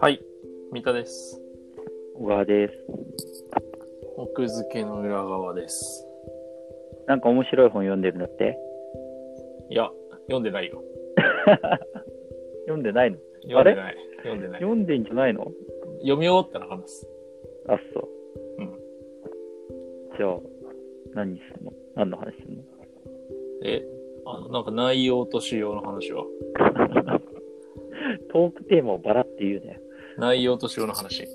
はい、三田です。小川です。奥付けの裏側です。なんか面白い本読んでるんだって。いや、読んでないよ。読んでないの読んでない。読んでない。読んでんじゃないの読み終わったら話す。あっそう。うん。じゃあ、何すんの何の話すんのえ、あの、なんか内容と仕様の話はトークテーマをバラって言うね。内容と仕様の話。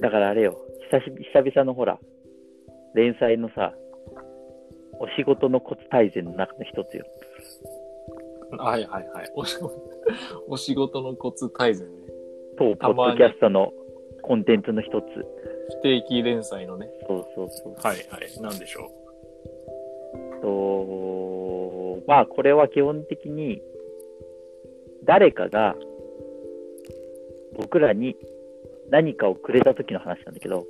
だからあれよ、久し久々のほら、連載のさ、お仕事のコツ大全の中の一つよ。はいはいはい。お仕事、お仕事のコツ大全ね。当ポたまッにドキャストのコンテンツの一つ。不定期連載のね。そうそうそう。はいはい。なんでしょと、まあ、これは基本的に、誰かが、僕らに何かをくれた時の話なんだけど、う。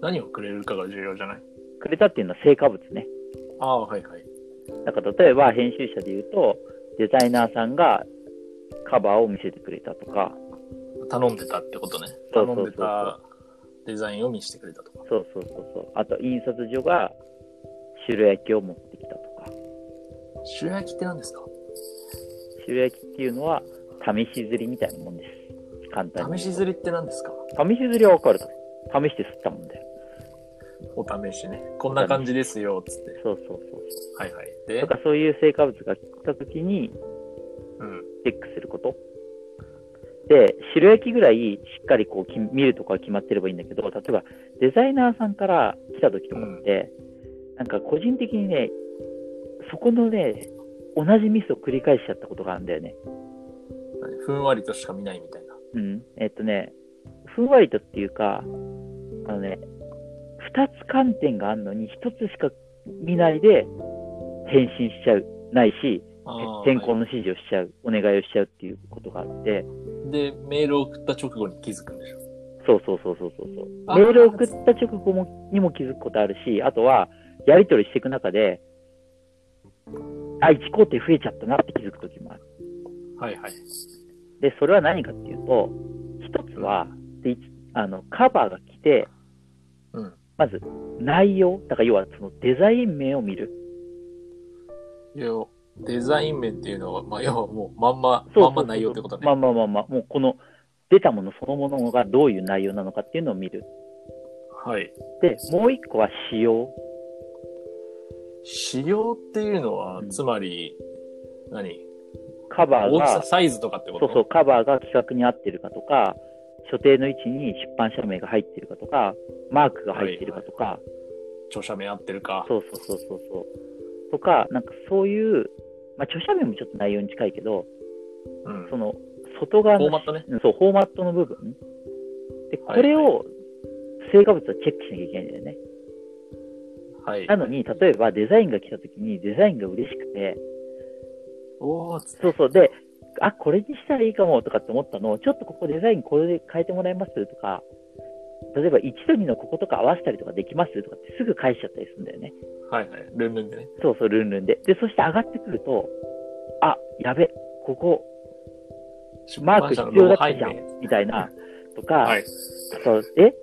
何をくれるかが重要じゃないくれたっていうのは成果物ね。ああ、はいはい。だから例えば編集者で言うと、デザイナーさんがカバーを見せてくれたとか、頼んでたってことね。そ頼うそうそんうでたデザインを見せてくれたとか。そうそうそうそう、あと印刷所が白焼きを持ってきたとか、塩焼きって何ですか白焼きっていうのは試し釣りみたいなもんです。簡単に。試し釣りって何ですか試し釣りはわかるだろ試して釣ったもんだよ。お試しね。こんな感じですよ、つって。そうそうそうそう。はいはい。でと、かそういう成果物が来た時にうん。チェックすること。で、白焼きぐらいしっかりこうき見るとか決まってればいいんだけど、例えばデザイナーさんから来た時とかって、なんか個人的にね、そこのね、同じミスを繰り返しちゃったことがあるんだよね。ふんわりとしか見ないみたいな。うん。えっとね、ふんわりとっていうか、あのね、二つ観点があるのに一つしか見ないで返信しちゃう、ないし、あー変更の指示をしちゃう、お願いをしちゃうっていうことがあって、はいで、メールを送った直後に気づくんでしょ。そうそうそうそうそうそう。あーメールを送った直後もにも気づくことあるし、あとは、やりとりしていく中で、あ、1工程増えちゃったなって気づくときもある。はいはい。で、それは何かっていうと、一つは、でいあの、カバーが来て、うん。まず、内容、だから要はそのデザイン面を見る。要デザイン面っていうのは、まあ、要はもう、まんま、そうまそうんそまう内容ってことね。まあまあまあまあ、もうこの出たものそのものがどういう内容なのかっていうのを見る。はい。で、もう一個は仕様。仕様っていうのはう、んつまり、何カバー大きがさ、、サイズとかってこそとうそう、カバーが企画に合ってるかとか、所定の位置に出版社名が入ってるかとか、マークが入ってるかとか、著者名合ってるか。そうそうそうそうそう。とか、なんかそういう、まあ、著者名もちょっと内容に近いけど、うん。その、外側フォのーマットね。うんそう、フォーマットの部分。で、こはいれを、成果物はチェックしなきゃいけないんだよね。はいな。のに、例えばデザインが来た時にデザインが嬉しくて、おーつそうそう、で、あ、これにしたらいいかもとかって思ったのを、ちょっとここデザインこれで変えてもらえますとか、例えば1と2のこことか合わせたりとかできますとかってすぐ返しちゃったりするんだよね。はいはい。ルンルンでね。そうそう、ルンルンで。で、そして上がってくると、あ、やべ、ここマーク必要だったじゃん出版社のロゴ入って、みたいな、とか、はい。あと、え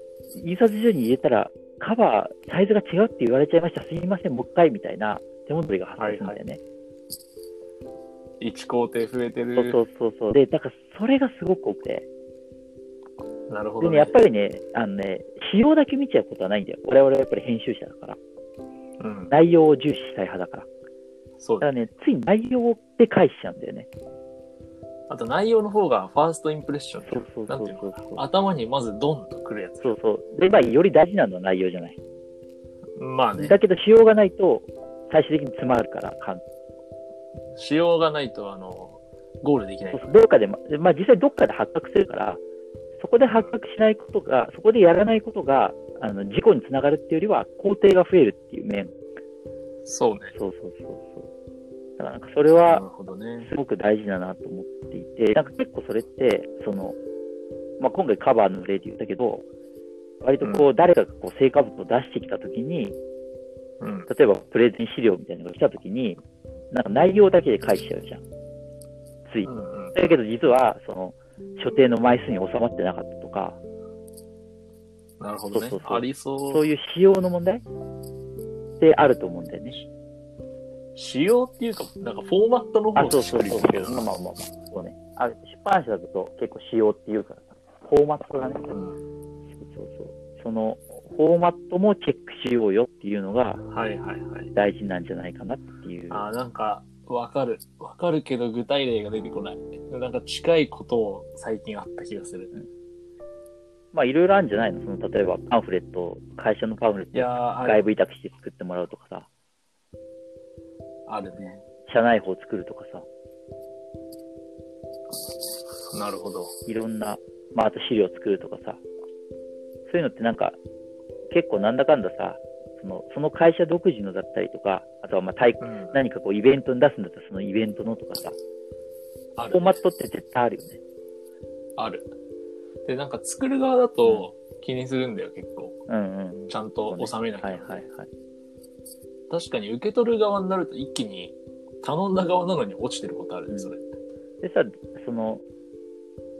印刷所に入れたら、カバー、サイズが違うって言われちゃいました。すみません、もう一回、みたいな手戻りが発生するんだよね。 1工程増えてる。そうそうそうそう。で、だから、それがすごく多くて。なるほでど、ね、ね。やっぱりね、あのね、仕様だけ見ちゃうことはないんだよ。我々はやっぱり編集者だから。うん。内容を重視したい派だから。そうだからね、つい内容で返しちゃうんだよね。あと内容の方がファーストインプレッション。そうそうそうそうそう。頭にまずドンとくるやつ。そうそう。で、まあ、より大事なのは内容じゃない。まあね、だけど、仕様がないと、最終的に詰まるから、感仕様がないと、あの、ゴールできないそう。そうどっかでま、まあ、実際どっかで発覚するから、そこで発覚しないことが、そこでやらないことが、あの事故につながるっていうよりは、工程が増えるっていう面。そうね。そうそうそうそう。だからなんかそれなはるほどね。すごく大事だなと思っていて、なんか結構それって、その、まあ、今回カバーの例で言ったけど、割とこう、誰かがこう成果物を出してきたときに、うん。例えばプレゼン資料みたいなのが来たときに、なんか内容だけで書いちゃうじゃん。つい。うんうんだけど実は、その、所定の枚数に収まってなかったとか、なるほどねそうそう。そうありそそうう。いう仕様の問題ってあると思うんだよね。仕様っていうか、なんかフォーマットのあ、方そがうしっかそうりそうしてる。。まあまあまあ、そうね。あ出版社だと結構仕様っていうからさ、フォーマットがね、そううんそうそう。その、フォーマットもチェックしようよっていうのがはいはいはい。大事なんじゃないかなっていう。あーなんか、わかる。わかるけど具体例が出てこない。なんか近いことを最近あった気がする。まあ、いろいろあるんじゃないのその、例えばパンフレット、会社のパンフレッいトやー、あ外る部委託して作ってもらうとかさ、あるね。社内法作るとかさ、なるほど。いろんな、まあ、あと資料作るとかさ、そういうのってなんか、結構なんだかんださ、そのその会社独自のだったりとか、あとはまあ体うん。何かこうイベントに出すんだったらそのイベントのとかさ、あフォーる、マね。ットって絶対あるよね。ある。で、なんか作る側だと気にするんだよ、結構。うんうん。ちゃんと収めなきゃ。はいはいはい。確かに受け取る側になると一気に頼んだ側なのに落ちてることあるうね、んそれ。でさ、その、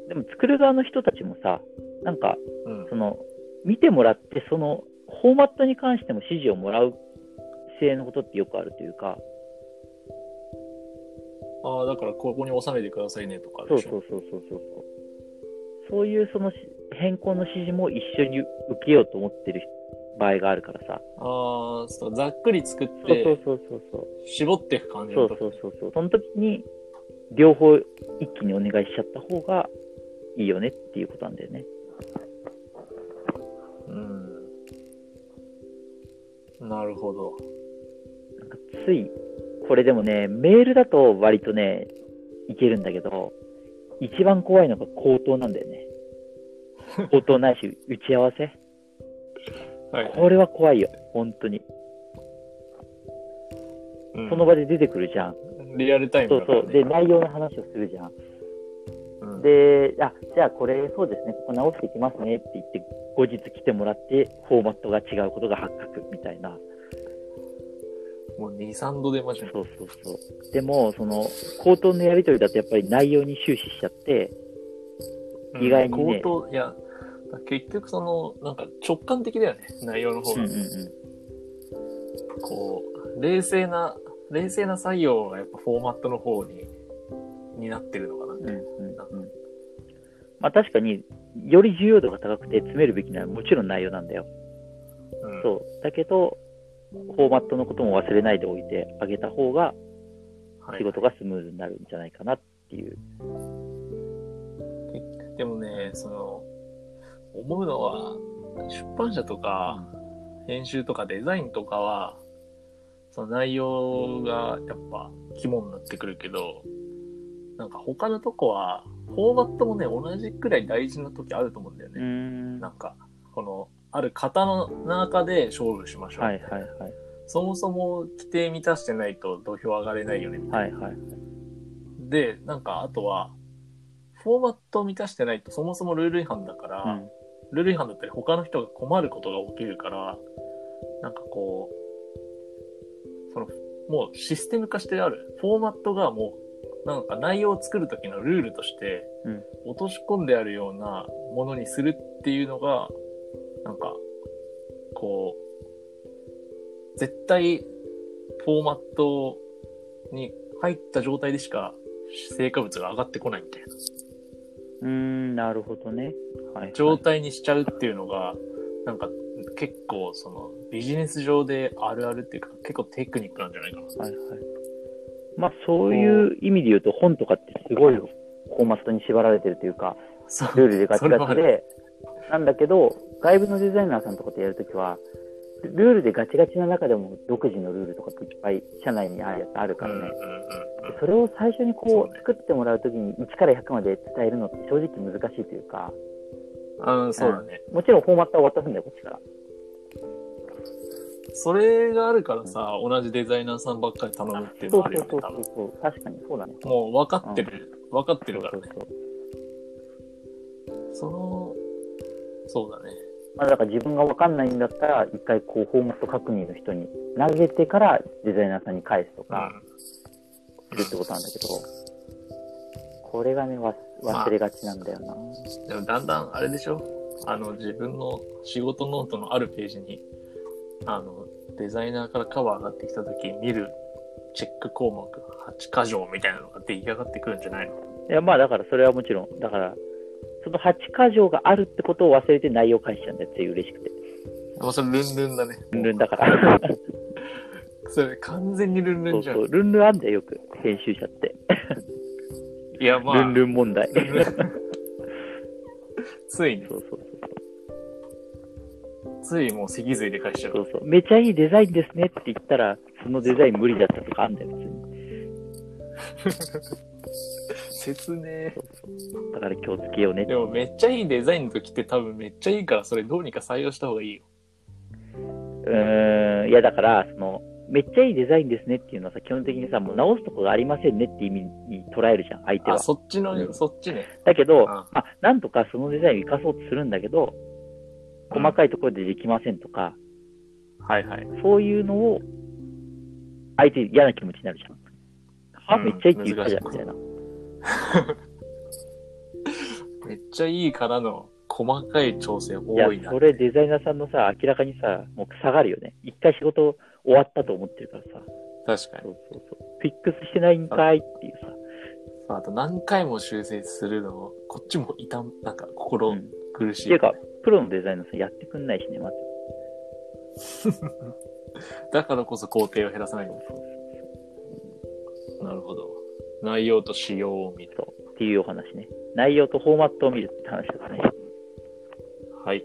でも作る側の人たちもさ、なんか、うん。その、見てもらって、その、フォーマットに関しても指示をもらう性のことってよくあるというか、ああ、だからここに収めてくださいねとかでそうしょ。そうそうそうそうそう。そういうそのし変更の指示も一緒に受けようと思ってる場合があるからさ。ああ、そうざっくり作っそうそうて、そうそうそう。絞っていく感じそのうとそうそうそう。その時に両方一気にお願いしちゃった方がいいよねっていうことなんだよね。うん。なるほど。なんかついこれでもねメールだと割とねいけるんだけど一番怖いのが口頭なんだ よね。口頭ないし打ち合わせ。はいこれは怖いよ本当に。うんその場で出てくるじゃん。リアルタイムそだうから、そね。う。で、内容の話をするじゃん。うんで、あ、じゃあこれ、そうですね、ここ直していきますねって言って、後日来てもらって、フォーマットが違うことが発覚みたいな。もう2、3度でマジで。そうそうそう。でも、その、口頭のやりとりだとやっぱり内容に終始しちゃって、意外にねうん口頭、いや、結局その、なんか直感的だよね。内容の方うが。んうんうこう、冷静な、冷静な作業がやっぱフォーマットの方に、になってるのかな。ん。うんうんうん。まあ確かに、より重要度が高くて詰めるべきなのはもちろん内容なんだよ。うんそう。だけど、フォーマットのことも忘れないでおいてあげた方が、はい仕事がスムーズになるんじゃないかなっていう。でもね、その、思うのは、出版社とか、編集とかデザインとかは、その内容がやっぱ肝になってくるけど、なんか他のとこは、フォーマットもね、同じくらい大事な時あると思うんだようね。んなんか、この、ある型の中で勝負しましょうはみいたいなはいはい。そもそも規定満たしてないと土俵上がれないよねみたいな。はいはい。で、なんかあとは、フォーマットを満たしてないとそもそもルール違反だから、うんルール違反だったり他の人が困ることが起きるから、なんかこう、その、もうシステム化してある。フォーマットがもう、なんか内容を作る時のルールとしてうん、落とし込んであるようなものにするっていうのが、なんか、こう、絶対、フォーマットに入った状態でしか、成果物が上がってこないみたいな。うーん、なるほどね。はい、はい。状態にしちゃうっていうのが、なんか結構そのビジネス上であるあるっていうか結構テクニックなんじゃないかな。はいはい。まあ、そういう意味で言うと、本とかってすごいフォーマットに縛られてるというか、そルーう。ルでガチそれはあガチで、なんだけど、外部のデザイナーさんとかとやるときは、ルールでガチガチな中でも独自のルールとかっていっぱい社内にあるやつあるうかんうらんうんね。うんそれを最初にこそううね作ってもらうときに1から100まで伝えるのって正直難しいというか、あーそうだね。もちろんフォーマットは渡すんだよ、こっちから。それがあるからさ、同じデザイナーさんばっかり頼むっていうのそうもあるよね、そう多そ分う。そう、確かにそうだね。もう分かってる、分かってるからね。そうそうそうその、そうだね。まあ、だから自分が分かんないんだったら、一回こう、フォーマット確認の人に投げてからデザイナーさんに返すとか、するってことなんだけど、これがね、わ忘れがちなんだよな。でもだんだんあれでしょあの自分の仕事ノートのあるページにあのデザイナーからカバー上がってきた時に見るチェック項目8箇条みたいなのが出来上がってくるんじゃないのいや、まあだからそれはもちろん、だから、その8箇条があるってことを忘れて内容返しちゃうんだよって嬉しくて。もうそれルンルンだね。ルンルンだから。それ完全にルンルそンうじゃそん。う、ルンルンあんだよ、よく。編集者って。いやまあ、ルンルン問題。ルンルンついに、そうそうそう。ついもう脊髄で返しちゃ。そううそう。めちゃいいデザインですねって言ったら、そのデザイン無理だったとかあんだよ、別に。説明。だから気をつけようねってでもめっちゃいいデザインの時って多分めっちゃいいからそれどうにか採用した方がいいよ。うーん、いやだから、その、めっちゃいいデザインですねっていうのはさ、基本的にさ、もう直すとこがありませんねって意味に捉えるじゃん、相手はあ、。そっちの、うんそっちね。だけど、うんまあ、なんとかそのデザインを生かそうとするんだけど、細かいところでできませんとか、はいはい。そういうのを、相手嫌な気持ちになるじゃん。は、うんめっちゃいいって言ったじゃん、難みしいたいな。めっちゃいいからの細かい調整多いいな。や、それデザイナーさんのさ、明らかにさ、もう下がるよね。一回仕事終わったと思ってるからさ、確かに。そうそうそう。フィックスしてないんかいっていうさ。あと何回も修正するのも、こっちも痛ん、なんかう心ん苦しっいてい。うか、プロのデザイナーさんやってくんないしね、まず。だからこそ工程を減らさないと。なるほど。内容と仕様を見る。っていうお話ね。内容とフォーマットを見るって話だからね。はい。